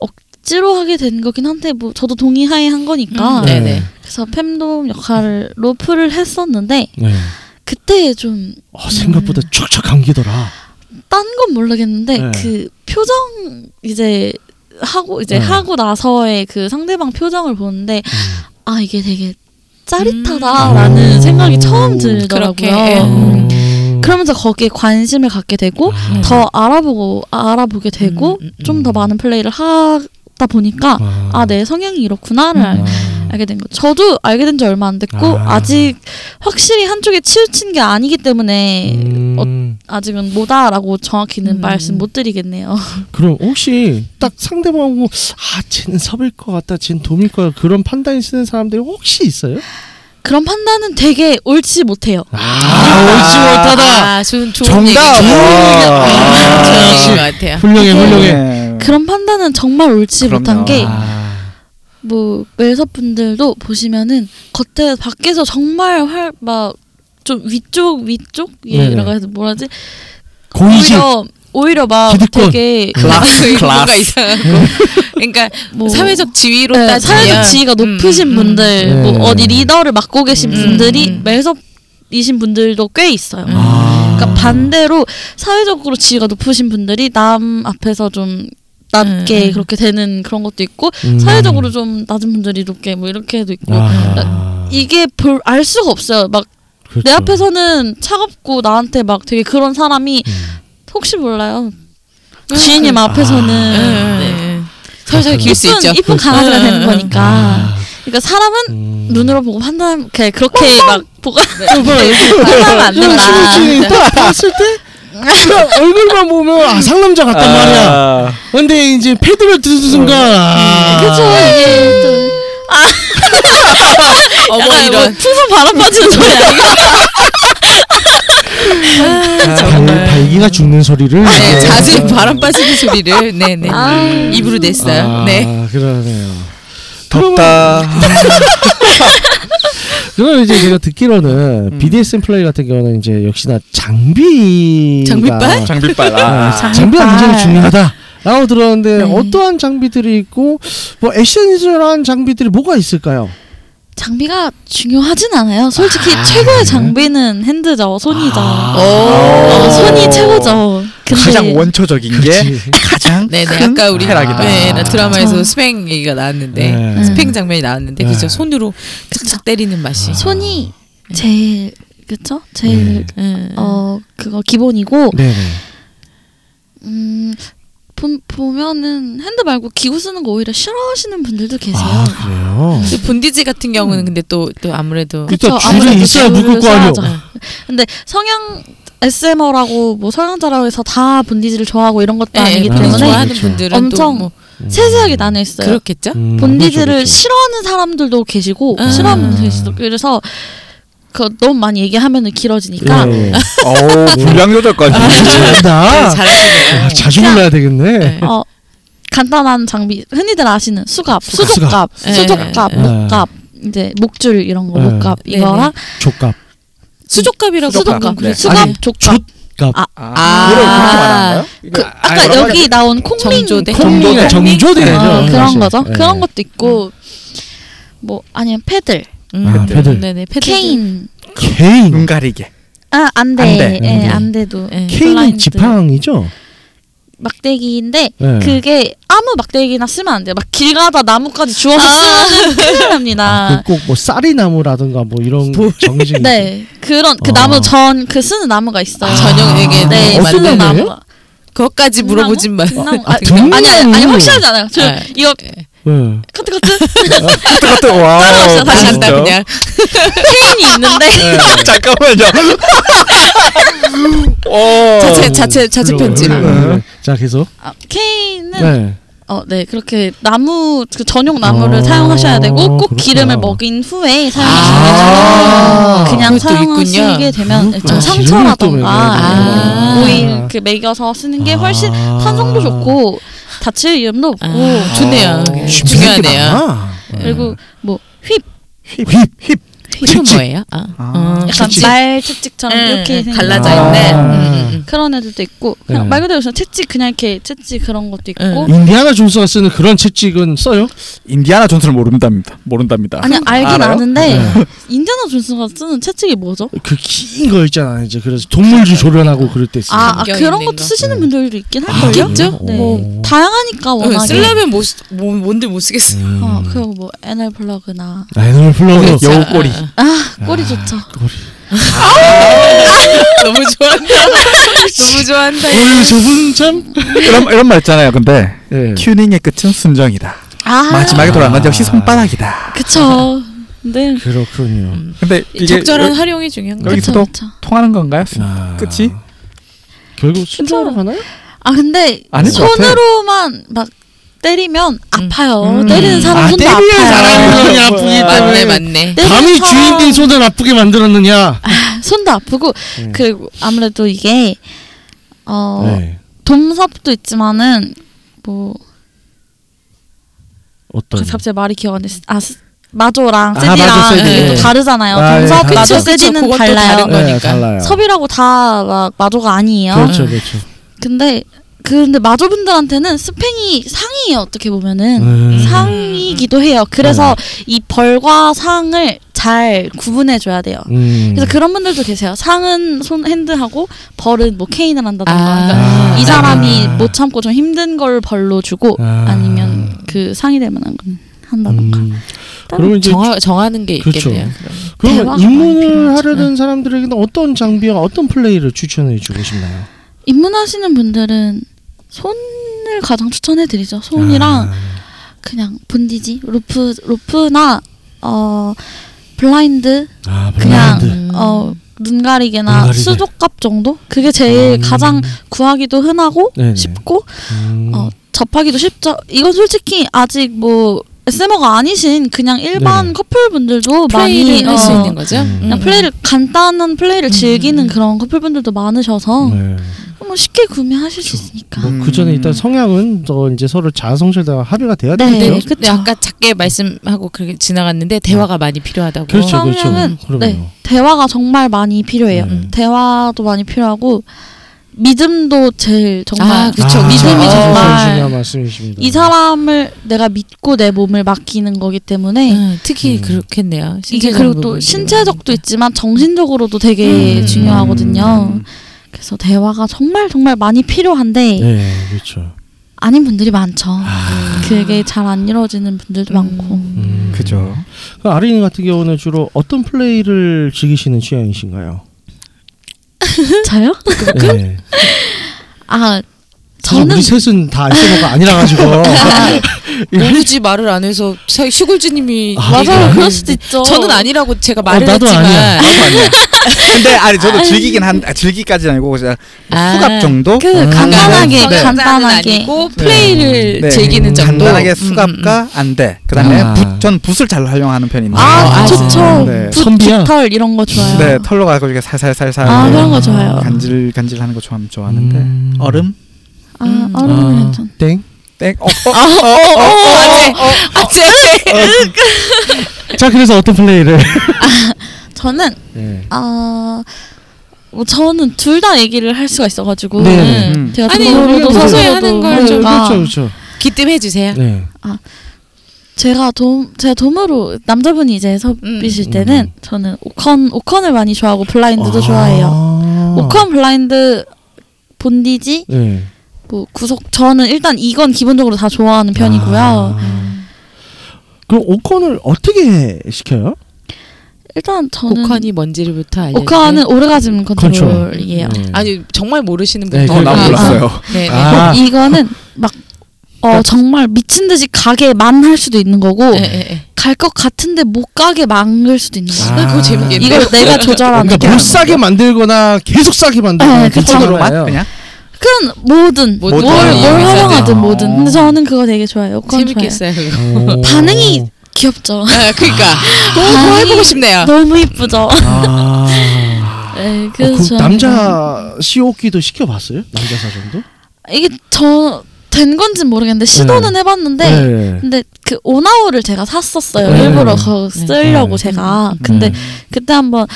B: 억지로 하게 된 거긴 한데 뭐 저도 동의하에 한 거니까
E: 음, 네. 네네.
B: 그래서 팸돔 역할로 풀을 했었는데
C: 네.
B: 그때 좀
C: 어, 생각보다
B: 음.
C: 촉촉 감기더라.
B: 딴 건 모르겠는데
C: 네.
B: 그 표정 이제 하고 이제
C: 네.
B: 하고 나서의 그 상대방 표정을 보는데 아 이게 되게 짜릿하다라는
C: 음.
B: 생각이
C: 오.
B: 처음
E: 그렇게,
B: 들더라고요.
E: 예.
B: 음.
C: 음.
B: 그러면서 거기에 관심을 갖게 되고
C: 아.
B: 더 알아보고 알아보게 되고
E: 음, 음,
B: 좀 더 많은 플레이를 하다 보니까
C: 아.
B: 아 내 성향이 이렇구나를 알- 알게 된 거죠. 저도 알게 된 지 얼마 안 됐고
C: 음. 아.
B: 아직 확실히 한쪽에 치우친 게 아니기 어. 때문에
C: 음.
B: 아직은 뭐다라고 정확히는
E: 음.
B: 말씀 못 드리겠네요. *laughs*
C: 그럼 혹시 딱 상대방하고 아 쟤는 섭일 것 같다, 쟤는 도일 거야 그런 판단이 쓰는 사람들이 혹시 있어요?
B: 그런 판단은 되게 옳지 못해요.
C: 아. 옳지 못하다.
E: 아, 좋은 좋은 얘기.
D: 정답.
E: 아, 좋은
D: 아.
E: 얘기인 것 같아요.
C: 훌륭해,
B: 이게-
C: 훌륭해.
D: 네.
B: 그런 판단은 정말 옳지
D: 그럼요.
B: 못한
C: 아.
B: 게 뭐 멜섭 분들도 보시면은 겉에 밖에서 정말 활막좀 위쪽 위쪽
C: 네네.
B: 예라고 해서 뭐라지
C: 고의지.
B: 오히려 오히려 막
C: 기득권.
B: 되게
C: 아,
E: *laughs*
D: 클라스
E: 그 뭔가
D: 클라스.
E: 이상하고. 그러니까
B: 뭐
E: 사회적 지위로
B: 네,
E: 따지면
B: 사회적 지위가 높으신
E: 음, 음.
B: 분들
C: 음. 네.
B: 뭐 어디 리더를 맡고 계신
E: 음,
B: 분들이
E: 음.
B: 멜섭이신 분들도 꽤 있어요.
C: 아.
B: 그러니까 반대로 사회적으로 지위가 높으신 분들이 남 앞에서 좀 낮게
E: 음.
B: 그렇게 되는 그런 것도 있고
C: 음.
B: 사회적으로 좀 낮은 분들이 높게 뭐 이렇게도 있고
C: 아.
B: 이게 별 알 수가 없어요. 막 내
C: 그렇죠.
B: 앞에서는 차갑고 나한테 막 되게 그런 사람이
C: 음.
B: 혹시 몰라요. 지인님 앞에서는
C: 아.
E: 음,
B: 네.
E: 네. 서서히 길수 있죠.
B: 이쁜 이쁜 강아지가 되는 거니까.
C: 아.
B: 그러니까 사람은
C: 음.
B: 눈으로 보고 판단 그냥 그렇게 막 보고 판단하면 뭐 안
C: 이런 친구
B: 된다. 음.
C: 중에 딱 봤을 때 그냥 얼굴만 보면 아 상남자 같단 말이야.
D: 아.
C: 근데 이제 패드를 두순간 아.
B: 그렇죠 이게 좀
E: 어머
B: 약간
E: 아, 이런.
B: 뭐 풍선 바람 맞는 소리 아니야?
D: 아,
C: 발, 발기가 죽는 소리를
E: 네, 자주 바람 빠지는 소리를 네네
B: 아.
E: 입으로 냈어요.
C: 아,
E: 네.
C: 그러네요.
D: 덥다.
C: 네? 그럼 이제 제가 듣기로는 BDSM 플레이 같은 경우는 이제 역시나 장비
E: 장비빨?
D: 어, 장비빨.
C: 아,
D: 아.
C: 장비가 굉장히 중요하다. 라고 들었는데
E: 네.
C: 어떠한 장비들이 있고 뭐 액션이란 장비들이 뭐가 있을까요?
B: 장비가 중요하진 않아요. 솔직히 최고의 장비는 핸드죠, 손이죠.
C: 아.
B: 어, 손이 최고죠. 근데
D: 그 가장 원초적인 게
C: 그렇지.
D: 가장
E: 네네
D: 큰
E: 아까 우리가
D: 쾌락이다.
E: 네, 나 드라마에서
B: 저-
E: 스팽 얘기가 나왔는데
C: 네.
E: 스팽 장면이 나왔는데
C: 네. 아.
E: 그죠 손으로 착착 때리는 맛이
B: 손이 제일 그쵸? 제일
E: 음.
B: 어 그거 기본이고
C: 네네.
B: 음 보, 보면은 핸드 말고 기구 쓰는 거 오히려 싫어하시는 분들도 계세요.
C: 아 그래요.
E: 그 본디지 같은 경우는 근데 또 또 아무래도
C: 그쵸,
B: 음. 그쵸,
C: 줄이
B: 아무래도
C: 있어야
B: 줄을
C: 묶을 거 아니에요.
B: 서야죠. 근데 성향 SM어라고 뭐 성향자라고 해서 다 본디지를 좋아하고 이런 것도
E: 예,
B: 아니기
E: 그런
C: 그렇죠.
B: 때문에
E: 좋아하는
C: 그렇죠.
E: 분들은
B: 엄청
E: 또 뭐
B: 세세하게 나눠 있어요.
E: 그렇겠죠.
C: 음,
B: 본디지를
C: 그렇죠, 그렇죠.
B: 싫어하는 사람들도 계시고
E: 아.
B: 싫어하는 분들도 계시고 그래서 그 너무 많이 얘기하면은 길어지니까
C: 예, 예.
D: 어우 분량 조절까지.
C: 잘한다. 아,
E: *laughs* 잘하시네요.
C: 자주 불러야 되겠네.
E: 네.
B: 어 간단한 장비 흔히들 아시는 수갑,
C: 수갑,
B: 수족갑,
E: 수갑.
B: 수족갑,
C: 예.
B: 목갑 이제 목줄 이런 거
C: 예.
B: 목갑 이거랑
C: 족갑.
E: 수족갑이라고
D: 수족갑.
E: 방금
D: 네.
E: 그랬죠.
B: 수갑,
E: 네.
B: 족갑
C: 족갑.
B: 아,
E: 아.
D: 이걸 그렇게 말하나요?
B: 그
D: 이거
B: 아까
D: 뭐라
B: 여기 나온 콩링
E: 정조대?
C: 정조대. 정조대.
B: 어,
C: 네,
B: 그런
C: 맞아요.
B: 거죠.
C: 네.
B: 그런 것도 있고 뭐 아니면 패들,
E: 음.
C: 아, 패들.
E: 네네 패들.
B: 케인,
C: 케인.
D: 눈 가리게.
B: 아 안대,
D: 안대.
B: 예,
C: 음.
B: 안대도
E: 예.
C: 그러니까 케인은
B: 블라인드.
C: 지팡이죠.
B: 막대기인데
C: 네.
B: 그게 아무 막대기나 쓰면 안 돼요. 막 길 가다 나무까지 주워서 쓰면 큰일 납니다.
C: 그 꼭뭐 쌀이 나무라든가 뭐 이런 *laughs* 정식.
B: 아. 네 그런 그
C: 어.
B: 나무 전 그 쓰는 나무가 있어요.
E: 전용 이게
B: 네
C: 아. 어떤
B: 쓰는
C: 나무예요?
B: 나무가.
E: 그것까지
B: 등나무?
E: 물어보진 마.
B: 등나무?
C: 아,
B: 아,
C: 등나무.
B: 아니 아니 아니 확실하지 않아요. 저
E: 아.
B: 이거
C: 네.
B: 커트 커트
D: 그때 그때 와.
B: 따라갑시다,
E: 다시 한다
D: 진짜.
E: 그냥.
B: 페인이
C: *laughs*
B: 있는데
C: 네.
D: *laughs* 잠깐만요. 어.
E: 자체 자체 자체
C: 훌륭해요,
E: 편집.
C: 훌륭해요. 네. 자 계속.
B: 아, 케인은
C: 네.
B: 어, 네 그렇게 나무 그 전용 나무를
C: 아,
B: 사용하셔야 되고 꼭
C: 그렇구나.
B: 기름을 먹인 후에
C: 아,
B: 사용하시면 되고 그냥
E: 그것도
B: 사용하시게
E: 있군요.
B: 되면
C: 아,
B: 일종
C: 기름을 또
B: 상처라던가
C: 먹어야
E: 되는구나.
B: 아, 오일 그 먹여서 쓰는 게 훨씬
C: 아.
B: 탄성도 좋고 다칠 위험도 없고
E: 아, 좋네요.
C: 어, 쉽게 생긴 게
E: 중요하네요.
C: 많아. 예.
B: 그리고 뭐휙
C: 힙. 힙. 힙.
E: 이건 뭐예요? 아,
D: 아.
E: 어,
B: 약간
E: 그치.
B: 말 채찍처럼
E: 예,
B: 이렇게
E: 예,
B: 생긴 거.
E: 갈라져 있는.
C: 아.
E: 음, 음, 음.
B: 그런 애들도 있고 그냥
C: 예.
B: 말 그대로 그냥 채찍 그냥 이렇게 채찍 그런 것도 있고
E: 예.
C: 인디아나 존스가 쓰는 그런 채찍은 써요?
D: 인디아나 존스를 모른답니다. 모른답니다.
B: 아니 알긴
D: 알아요?
B: 아는데
C: 네.
B: 인디아나 존스가 쓰는 채찍이 뭐죠?
C: 그 긴 거 있잖아 이제 그래서 동물주 조련하고 그럴 때 쓰는.
B: 아, 아
E: 담겨
B: 그런
E: 있는
B: 것도
E: 거?
B: 쓰시는
C: 네.
B: 분들도 있긴
C: 아,
B: 할걸요?
E: 있죠?
B: 네.
C: 오.
B: 뭐 다양하니까
E: 어,
B: 워낙에
E: 쓰려면 못 쓰- 뭐, 뭔데 못 쓰겠어.
C: 음.
B: 어, 그리고 뭐 NL 플러그나
C: 애널 플러그
D: 여우 꼬리.
C: 네.
B: 아 꼬리 좋죠
E: *laughs* 너무 *laughs* 좋아한다. 너무 좋아한다.
C: 어유 저분 참.
D: 이런 이런 말 있잖아요. 근데
C: 예.
D: 튜닝의 끝은 순정이다.
B: 아
D: 마지막에 돌아간 건 역시
C: 아.
D: 손바닥이다.
B: 그쵸 근데
C: 그렇군요.
D: 근데 이게
E: 적절한 활용이 중요한 거.
D: 여기-
B: 그쵸
D: 여기서도?
B: 그쵸
D: 통하는 건가요?
C: 아.
D: 끝이?
C: 결국 순서로 가나요?
B: 아 근데
D: 아닌 것 같아.
B: 손으로만 막 때리면 아파요
D: 음.
B: 때리는 사람
C: 아,
B: 손도
C: 때리는
B: 아파요
C: 사람은 손이 아프기
E: 맞네
C: 때문에.
E: 맞네.
B: 때리는
C: 감히
B: 사람
C: 주인님 손을 아프게 만들었느냐?
B: 손도 아프고 그리고 아무래도 이게 어
C: 네.
B: 돔삽도 있지만은 뭐그
C: 어떤?
B: 갑자기 말이 기억 안 나. 아 스- 마조랑
C: 네. 아,
B: 세디랑
C: 마조, 세디.
B: 이게 또
E: 네.
B: 다르잖아요.
C: 아, 예,
B: 동섭,
C: 다르죠.
B: 마조,
E: 그쵸,
B: 세디는
E: 그건 또
B: 달라요.
E: 다른 거. 거니까.
C: 네, 달라요.
B: 섭이라고 다 막 마조가 아니에요.
C: 그렇죠, 그렇죠.
B: 근데 근데 마조 분들한테는 스팽이 상이에요. 어떻게 보면은
C: 음. 네.
B: 상이기도 해요. 그래서 이 벌과 상을 잘 구분해 줘야 돼요.
C: 음.
B: 그래서 그런 분들도 계세요. 상은 손 핸드하고 벌은 뭐 케인을 한다던가.
E: 아.
B: 그러니까
C: 아.
B: 이 사람이 못 참고 좀 힘든 걸 벌로 주고
C: 아.
B: 아. 니면그 상이 될 만한 건 한다던가.
C: 음. 그러면 이제
E: 정하, 정하는 게
C: 그렇죠.
E: 있겠네요.
C: 그러면
B: 대화가 많이
C: 입문을
B: 필요하죠. 네.
C: 하려는 사람들에게는 어떤 장비와 어떤 플레이를 추천해 주고 싶나요?
B: 입문하시는 분들은 손을 가장 추천해 드리죠.
C: 아.
B: 손이랑 그냥 본디지, 로프 로프나 어 블라인드,
C: 아,
B: 그냥
C: 블라인드.
B: 어
E: 음,
B: 눈가리개나
C: 눈가리개.
B: 수족갑 정도? 그게 제일
C: 음.
B: 가장 구하기도 흔하고
C: 네네.
B: 쉽고
C: 음.
B: 어, 접하기도 쉽죠. 이건 솔직히 아직 뭐 SM어가 아니신 그냥 일반
C: 네네.
B: 커플분들도 많이
E: 플레이를 할 수
B: 어,
E: 있는 거죠.
C: 음.
B: 그냥 플레이를 간단한 플레이를 즐기는 그런 커플분들도 많으셔서
C: 네.
B: 뭐 쉽게 구매하실 수 있으니까.
C: 뭐
D: 음.
C: 그 전에 일단 성향은 더 이제 서로 자아성찰대와 합의가 돼야
B: 네.
C: 되겠죠.
E: 네,
B: 그쵸.
E: 근데 아까 작게 말씀하고 그렇게 지나갔는데 대화가 많이
C: 음.
E: 필요하다고.
C: 그렇죠,
B: 성향은,
C: 그렇죠. 그럼요.
B: 네, 대화가 정말 많이 필요해요.
C: 네.
B: 대화도 많이 필요하고 믿음도 제일 정말
E: 아, 그쵸,
C: 아,
E: 믿음이
C: 아,
B: 그렇죠. 정말
C: 중요한 말씀이십니다.
B: 이 사람을 내가 믿고 내 몸을 맡기는 거기 때문에
E: 응, 네, 특히
C: 음.
E: 그렇겠네요.
B: 이게
E: 신체적인
B: 그리고 또
E: 부분들이
B: 신체적도
E: 많으니까.
B: 있지만 정신적으로도 되게
E: 음.
B: 중요하거든요. 그래서 대화가 정말 정말 많이 필요한데
C: 네, 그렇죠.
B: 아닌 분들이 많죠. 그게 잘 안 이루어지는 분들도 많고.
C: 음.
D: 그죠.
C: 그 아린이 같은 경우는 주로 어떤 플레이를 즐기시는 취향이신가요?
B: 저요?
C: 네.
B: 아
C: 사실
B: 저는
C: 우리 셋은 다 알코모가 아니라 가지고 *laughs*
E: 모르지 어, 말을 안 해서 사- 휴골지님이
C: 아,
B: 맞아요.
E: 얘기를
B: 그럴
E: 하는데.
B: 수도 있죠.
E: 저는 아니라고 제가
C: 어,
E: 말을
C: 나도
E: 했지만
C: 아니야.
D: 나도 아니야. *laughs* 근데 아니 저도 즐기긴 한 아, 즐기까지는 아니고 그냥
E: 아,
D: 수갑 정도.
B: 그 간단하게
D: 어? 네.
B: 간단하게
E: 아니고 플레이를 즐기는 정도.
D: 간단하게
E: 음,
D: 수갑과
E: 음.
D: 안대. 그다음에
C: 아.
D: 붓, 전 붓을 잘 활용하는 편입니다.
B: 아,
E: 아,
B: 좋죠.
D: 네.
B: 붓,
C: 선비야.
B: 깃털 이런 거 좋아요.
D: 네, 털로 가지고 이렇게
B: *laughs*
D: 살살살살
B: 아,
D: 이렇게
B: 그런 거 좋아요.
D: 간질 간질하는 거 좋아하면 좋아하는데
C: 네. 음.
D: 음. 얼음
B: 아,
E: 음.
B: 얼음은 괜찮.
C: 땡.
D: 땡. 어,
E: 아, 어, 어, 어, 아재, 아재, 아재.
C: 자 그래서 어떤 플레이를?
B: 저는
C: 네.
B: 아, 뭐 저는 둘 다 얘기를 할 수가 있어가지고
C: 네.
D: 음.
B: 제가
E: 아니,
B: 도로도
C: 우리가
B: 서서히
E: 무슨-
B: 하는 걸
E: 네,
B: 좀 아.
C: 그렇죠 그렇죠.
E: 기뜸해 주세요.
C: 네.
B: 제가 돔 제가 돔으로 남자분이 이제 섭이실
C: 음.
B: 때는 저는 오컨 오컨을 많이 좋아하고 블라인드도 좋아해요. 오컨 블라인드 본디지
C: 네.
B: 뭐 구석 저는 일단 이건 기본적으로 다 좋아하는 편이고요.
C: 아. 그럼 오컨을 어떻게 시켜요?
B: 일단 저는
E: 오칸이 뭔지를부터 알려.
B: 오컨은 오르가즘
C: 컨트롤.
B: 컨트롤이에요.
C: 네.
E: 아니 정말 모르시는
C: 네,
E: 분들.
D: 어, 나
C: 아,
D: 몰랐어요.
E: 네. 네.
C: 아.
B: 이거는 막 어 정말 미친 듯이 가게 만할 수도 있는 거고
E: 예, 예, 예.
B: 갈 것 같은데 못 가게 막을 수도 있는 거예요.
E: 그거 재밌겠네.
B: 이걸 내가 조절하는
C: 아. 그러니까
B: 게
C: 못 사게 만들거나 계속 사게 만들거나
B: 네,
C: 그렇죠.
D: 손으로만 아, 그냥.
B: 그건 뭐든
E: 뭐든
B: 뭘,
D: 이용해서
B: 뭘 활용하든
D: 돼요.
B: 뭐든 근데 저는 그거 되게 좋아해요 그건 좋아해요
E: 재밌겠어요. 그거.
C: 오.
B: 반응이 귀엽죠
E: 아, 그러니까 너무
B: *laughs*
E: 그거 해보고 싶네요.
B: 너무 이쁘죠
C: 아.
B: 네,
C: 어,
B: 그래서
C: 그
B: 저는
C: 남자 시오키도 시켜봤어요? 남자 사정도?
B: 이게 저 된 건진 모르겠는데 시도는 해봤는데
C: 네.
B: 근데 그 오나우를 제가 샀었어요
C: 네.
B: 일부러 그거 쓰려고
C: 네.
B: 제가 근데
C: 네.
B: 그때 한번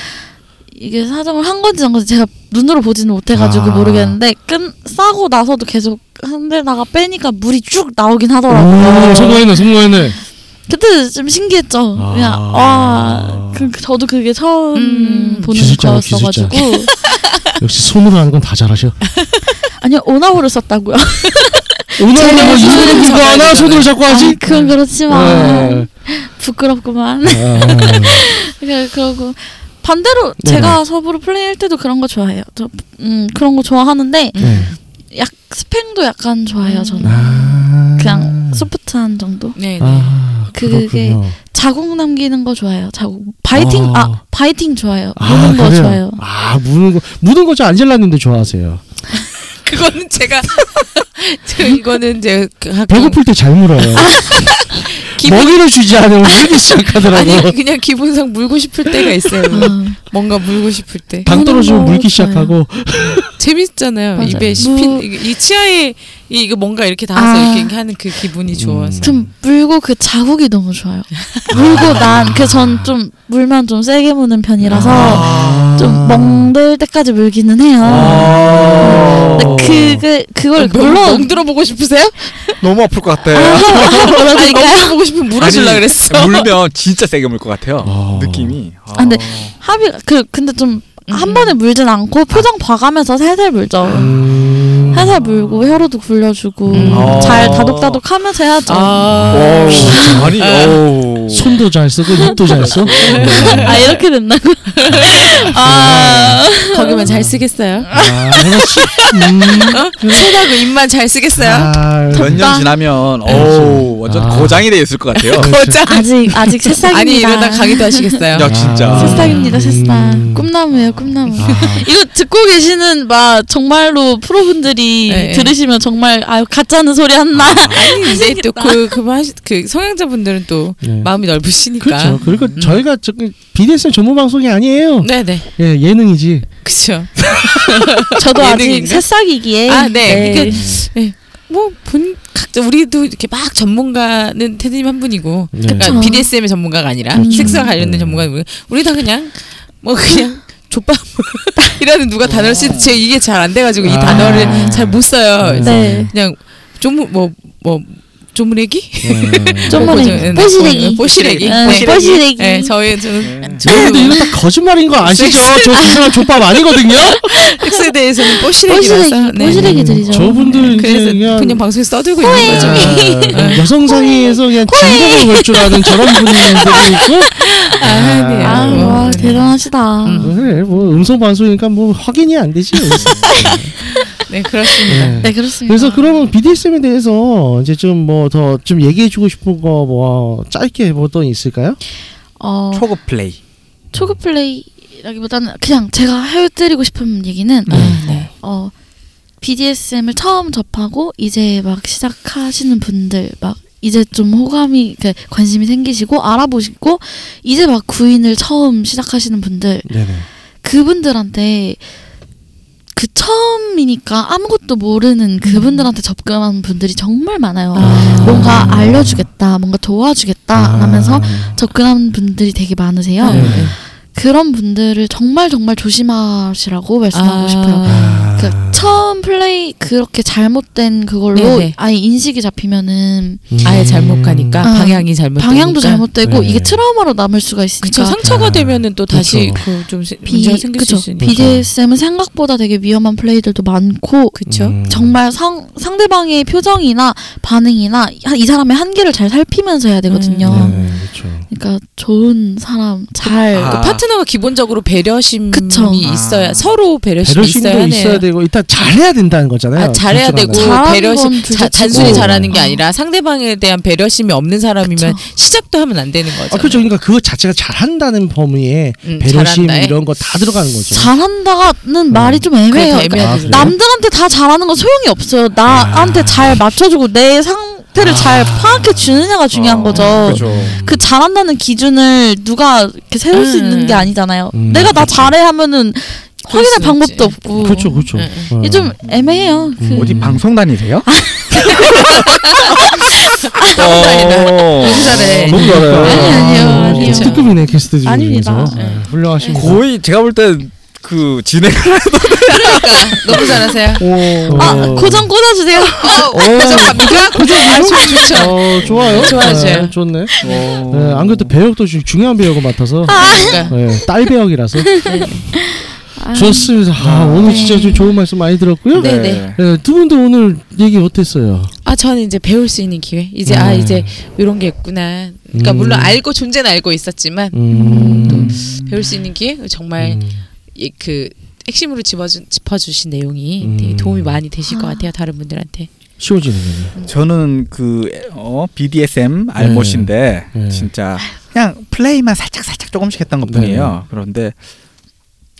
B: 이게 사정을 한 건지 안 건지 제가 눈으로 보지는 못해가지고
C: 아.
B: 모르겠는데 끈 싸고 나서도 계속 흔들다가 빼니까 물이 쭉 나오긴
C: 오,
B: 하더라고요
C: 성공했네, 성공했네.
B: 그때 좀 신기했죠.
C: 아.
B: 그냥 와, 그, 그- 저도 그게 처음
E: 음.
B: 보는
C: 기술자네,
B: 거였어가지고
C: 역시 손으로 하는 건 다 잘하셔.
B: *laughs* 아니요 오나우를 썼다고요.
C: 오늘 뭐 이거는 이거 하나 손으로 잡고
B: 아,
C: 하지?
B: 그건
C: 네.
B: 그렇지만 부끄럽구만. *laughs*
C: 아,
B: 그냥 그러고 반대로
C: 네네.
B: 제가 서브로 플레이할 때도 그런 거 좋아해요. 저, 음 그런 거 좋아하는데
C: 네.
B: 약 스팽도 약간 좋아해요. 저는
C: 아.
B: 그냥 소프트한 정도.
E: 네. 네.
C: 아,
B: 그게-
C: 그렇군요.
B: 자국 남기는 거 좋아해요. 자국 바이팅
C: 아.
B: 아, 바이팅 좋아해요.
C: 아,
B: 무는 거
C: 그래요?
B: 좋아해요.
C: 아, 무는 거 무는 거저 안젤라님도 좋아하세요.
E: 그거는 제가 *laughs* 저 이거는 이제 그 가끔
C: 배고플 때 잘 물어요.
E: 기분
C: 먹이를 주지 않으면 물기 시작하더라고.
E: 아니 그냥 기분상 물고 싶을 때가 있어요.
B: 아.
E: 뭔가 물고 싶을 때
C: 당 떨어지면
B: 먹는
C: 물기
B: 거
C: 시작하고.
E: 재밌잖아요.
B: 맞아요.
E: 입에
B: 뭐-
E: 씹힌 이게- 이 치아에 이- 이거 뭔가 이렇게 닿아서
B: 아.
E: 이렇게 하는 그
C: 음.
E: 기분이 좋아서
B: 좀 물고 그 자국이 너무 좋아요. 물고 난 그 전 좀 물만 좀 세게 무는 편이라서 좀 멍들 때까지 물기는 해요. 근데 그게 그걸 물론 *laughs*
E: 멍들어보고 싶으세요?
D: 너무 아플 것 같아.
E: 아니 멍들어보고 싶으면 물어주려 그랬어.
D: 물면 진짜 세게 물 것 같아요.
C: 아.
D: 느낌이. 아,
B: 근데 합이 그 근데 좀
E: 음.
B: 한 번에 물진 않고 표정 봐가면서 살살 물죠.
C: 음.
B: 살살 물고 혀로도 굴려주고
E: 음.
B: 잘 다독다독하면서 해야죠.
E: 아,
D: 오, 아니, 오.
C: 손도 잘 쓰고 입도 잘 써.
B: 아 이렇게 된다고?
C: 어.
E: 아 거기만 잘 쓰겠어요.
C: 아, 그렇지. 음.
E: 손하고 어? 입만 잘 쓰겠어요.
C: 아,
D: 몇
B: 덥다.
D: 년 지나면
C: 그렇죠.
D: 오 완전
C: 아.
D: 고장이 돼 있을 것 같아요.
E: 거장.
C: 그렇죠.
B: 아직 아직 새싹입니다.
E: 아니 이러다 강의도 하시겠어요.
D: 야 진짜.
C: 아. 세상에.
B: 새싹입니다 새싹.
C: 음.
B: 꿈나무예요 꿈나무.
C: 아,
B: *laughs* 이거 듣고 계시는 막 정말로 프로분들이
E: 네.
B: 들으시면 정말 아유 가짜는 소리 한나
E: 아니 이제 또그 그만 하시 그 성향자분들은 또
C: 네.
E: 마음이 넓으시니까.
C: 그렇죠. 그리고
E: 음.
C: 저희가 저 BDSM 전문 방송이 아니에요.
E: 네네.
C: 예, 예능이지.
E: 그렇죠.
B: 저도 아직
E: 예능인가?
B: 새싹이기에
E: 아, 네. 그러니까 뭐 본 각자 우리도 이렇게 막 전문가는 테드님 한 분이고
C: 네.
E: 그러니까
B: 그쵸.
E: BDSM의 전문가가 아니라
C: 그렇죠.
E: 섹스와 관련된
C: 네.
E: 전문가는 우리, 우리 다 그냥 뭐 그냥 *laughs* 족밥이라는 누가 단어를 쓰는데 제가 이게 잘 안 돼가지고 이
C: 아.
E: 단어를 잘 못 써요. 그래서
B: 네.
E: 그냥 좀뭐뭐 뭐, 조무래기?
C: 예.
B: 좀
E: 뭐 그죠?
B: 뽀시래기. 뽀시래기.
E: 네, 뽀시래기.
B: 네,
E: 네.
B: 뽀시래기.
E: 네, 저희 음. 네. 저는
C: 여러분들
E: 저는
C: 이거 다 거짓말인 거 아시죠? 저 그냥 족밥
E: *laughs*
C: 아니거든요.
E: 섹스에 대해서는 뽀시래기라서
B: 뽀시래기
E: 네. 음,
B: 뽀시래기들이죠.
C: 음, 저분들 이제
E: 그래서 네.
C: 그냥,
E: 그냥 방송에 써들고 있는 거죠.
C: 아, 여성 상의에서 그냥 진동을 걸 줄 아는
E: *laughs*
C: 저런 분들이 있고
E: 아,
B: *laughs*
E: 네.
B: 아,
E: 뭐,
B: 와
E: 네.
B: 대단하시다.
C: 뭐 그래 뭐 음성 방송이니까 뭐 확인이 안 되지.
F: 네, 그렇습니다.
C: 네.
B: 네 그렇습니다.
C: 그래서 그러면 BDSM에 대해서 이제 좀 뭐 더 좀 얘기해주고 싶은 거 뭐 짧게 뭐또 있을까요?
B: 어,
D: 초급 플레이.
B: 초급 플레이라기보다는 그냥 제가 해드리고 싶은 얘기는
E: 네.
B: 어, BDSM을 처음 접하고 이제 막 시작하시는 분들 막 이제 좀 호감이 그 관심이 생기시고 알아보시고 이제 막 구인을 처음 시작하시는 분들
C: 네네.
B: 그분들한테 그 처음이니까 아무것도 모르는 그분들한테 접근하는 분들이 정말 많아요. 뭔가 알려주겠다, 뭔가 도와주겠다 아,
C: 아.
B: 하면서 접근하는 분들이 되게 많으세요.
C: 음.
E: 네. 네.
B: 그런 분들을 정말 정말 조심하시라고 말씀하고
E: 아.
B: 싶어요. 그 처음 플레이 그렇게 잘못된 그걸로
E: 네네.
B: 아예 인식이 잡히면은
E: 아예 잘못 가니까
B: 음.
E: 방향이 잘못
B: 방향도
E: 되니까.
B: 잘못되고
C: 네.
B: 이게 트라우마로 남을 수가
E: 그쵸
B: 있으니까
E: 상처가
C: 아,
E: 되면은 또 다시
C: 그쵸.
E: 그좀 문제가 생길
B: 그쵸.
E: 수 있으니까
B: BDSM은 생각보다 되게 위험한 플레이들도 많고
E: 그쵸
C: 음.
B: 정말 상, 상대방의 표정이나 반응이나 하- 이 사람의 한계를 잘 살피면서 해야 되거든요.
E: 음.
C: 네, 그렇죠.
B: 그러니까 좋은 사람 잘
D: 아.
E: 그 파트너가 기본적으로 배려심이
B: 그쵸.
E: 있어야
D: 아.
E: 서로 배려심이
C: 배려심도
E: 있어야,
C: 있어야,
E: 돼요.
C: 되고 일단 잘해야 된다는 거잖아요.
E: 아, 잘해야
C: 둘중
E: 되고
C: 하나는.
B: 잘하는
E: 배려심
B: 건 둘째
E: 자, 단순히
C: 치고.
E: 잘하는 게
B: 어.
E: 아니라 상대방에 대한 배려심이 없는 사람이면
B: 그쵸.
E: 시작도 하면 안 되는 거죠.
C: 아, 그렇죠. 그러니까 그거 자체가 잘한다는 범위에
E: 음,
C: 배려심
E: 잘한다에?
C: 이런 거 다 들어가는 거죠.
B: 잘한다는 말이 좀
E: 그래도
B: 애매해요.
E: 애매하죠.
C: 아, 그래요? 아.
B: 남들한테 다 잘하는 건 소용이 없어요. 나한테 잘 맞춰주고 내 상태를 잘 파악해 주느냐가 중요한
D: 어,
B: 거죠.
C: 그렇죠.
D: 그죠.
B: 그 잘한다는 기준을 누가 이렇게 세울 수
E: 음.
B: 있는 게 아니잖아요.
C: 음,
B: 내가 나
C: 그렇죠.
B: 잘해 하면은
E: 그럴
B: 확인할
E: 수
B: 방법도
E: 있지.
B: 없고.
C: 그렇죠, 음, 그렇죠.
E: 음,
C: 어.
B: 이게 좀 애매해요. 그
D: 어디 방송 다니세요?
E: 아.
D: 어.
E: *laughs*
C: 어.
E: 아, 잘해.
D: 너무 잘해.
B: 아니, 아니요,
C: 아,
B: 아니요.
C: 좀 특급이네 게스트 중에서.
B: 아닙니다.
C: 네,
D: 예.
C: 훌륭하십니다.
D: 거의 제가 볼 때 그 진행
E: 그러니까 너무 잘하세요.
C: 어,
B: 아
C: 네.
B: 고정 꽂아주세요.
E: 어,
C: *laughs*
E: 고정합니까? 고정이요? 좋죠.
C: 어, 좋아요.
E: 좋아하세요.
C: 네, 좋네.
D: 어.
C: 네, 안 그래도 배역도 주, 중요한 배역을 맡아서
E: 그러니까.
C: 네, 딸
E: *laughs*
C: 배역이라서
E: 네.
C: 좋습니다. 아, 오늘 진짜 좀 좋은 말씀 많이 들었고요.
E: 네.
C: 네, 두 분도 오늘 얘기 어땠어요?
E: 아 저는 이제 배울 수 있는 기회. 이제 아
C: 네.
E: 이제 이런 게 있구나. 그러니까
C: 음.
E: 물론 알고 존재는 알고 있었지만
C: 음,
E: 배울 수 있는 기회 정말
C: 음.
E: 이, 그 핵심으로 집어주, 짚어주신 내용이
C: 음.
E: 되게 도움이 많이 되실 것 같아요 다른 분들한테.
C: 쉬워지는군요.
D: 저는 그 어, BDSM 알못인데
C: 네. 네.
D: 진짜 그냥 플레이만 살짝 살짝 조금씩 했던 것뿐이에요. 그런데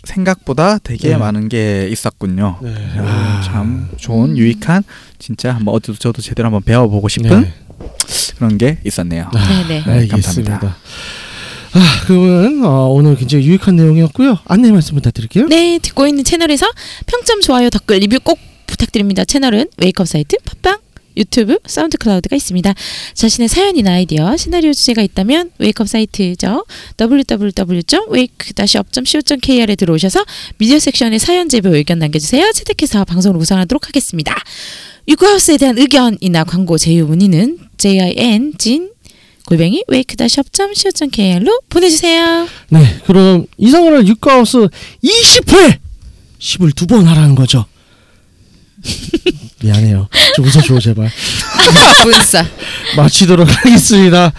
D: 생각보다 되게
C: 네.
D: 많은 게 있었군요.
C: 네. 음.
D: 아, 참 좋은 유익한 진짜 한번 어디도 저도 제대로 한번 배워보고 싶은
C: 네.
D: 그런 게 있었네요.
E: 아, 네네.
D: 네,
C: 아, 알겠습니다.
D: 감사합니다.
C: 아, 그러면 어, 오늘 굉장히 유익한 내용이었고요. 안내 말씀 부탁드릴게요.
E: 네 듣고 있는 채널에서 평점 좋아요 댓글 리뷰 꼭 부탁드립니다. 채널은 웨이크업 사이트 팟빵 유튜브 사운드 클라우드가 있습니다. 자신의 사연이나 아이디어, 시나리오 주제가 있다면 웨이크업 사이트죠. www.wake-up.co.kr에 들어오셔서 미디어 섹션에 사연 제보 의견 남겨주세요. 채택해서 방송으로 구성하도록 하겠습니다. 유쿠하우스에 대한 의견이나 광고 제휴 문의는 jin 진 골뱅이 wake-up.co.kr로 보내주세요.
C: 네, 그럼 이상으로 육가하우스 20회 10을 두 번 하라는 거죠. *laughs* 미안해요. 좀 웃어줘 제발.
E: 아, 불사.
C: 마치도록 *laughs* 하겠습니다.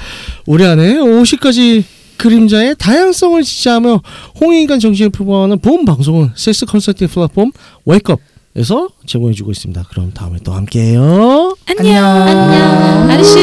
C: 올해 안에 50가지 그림자의 다양성을 지지하며 홍익인간 정신을 표방하는 보험 방송은 섹스 컨설팅 플랫폼 웨이크업에서 제공해주고 있습니다. 그럼 다음에 또 함께해요.
E: 안녕. 안녕. 아저씨.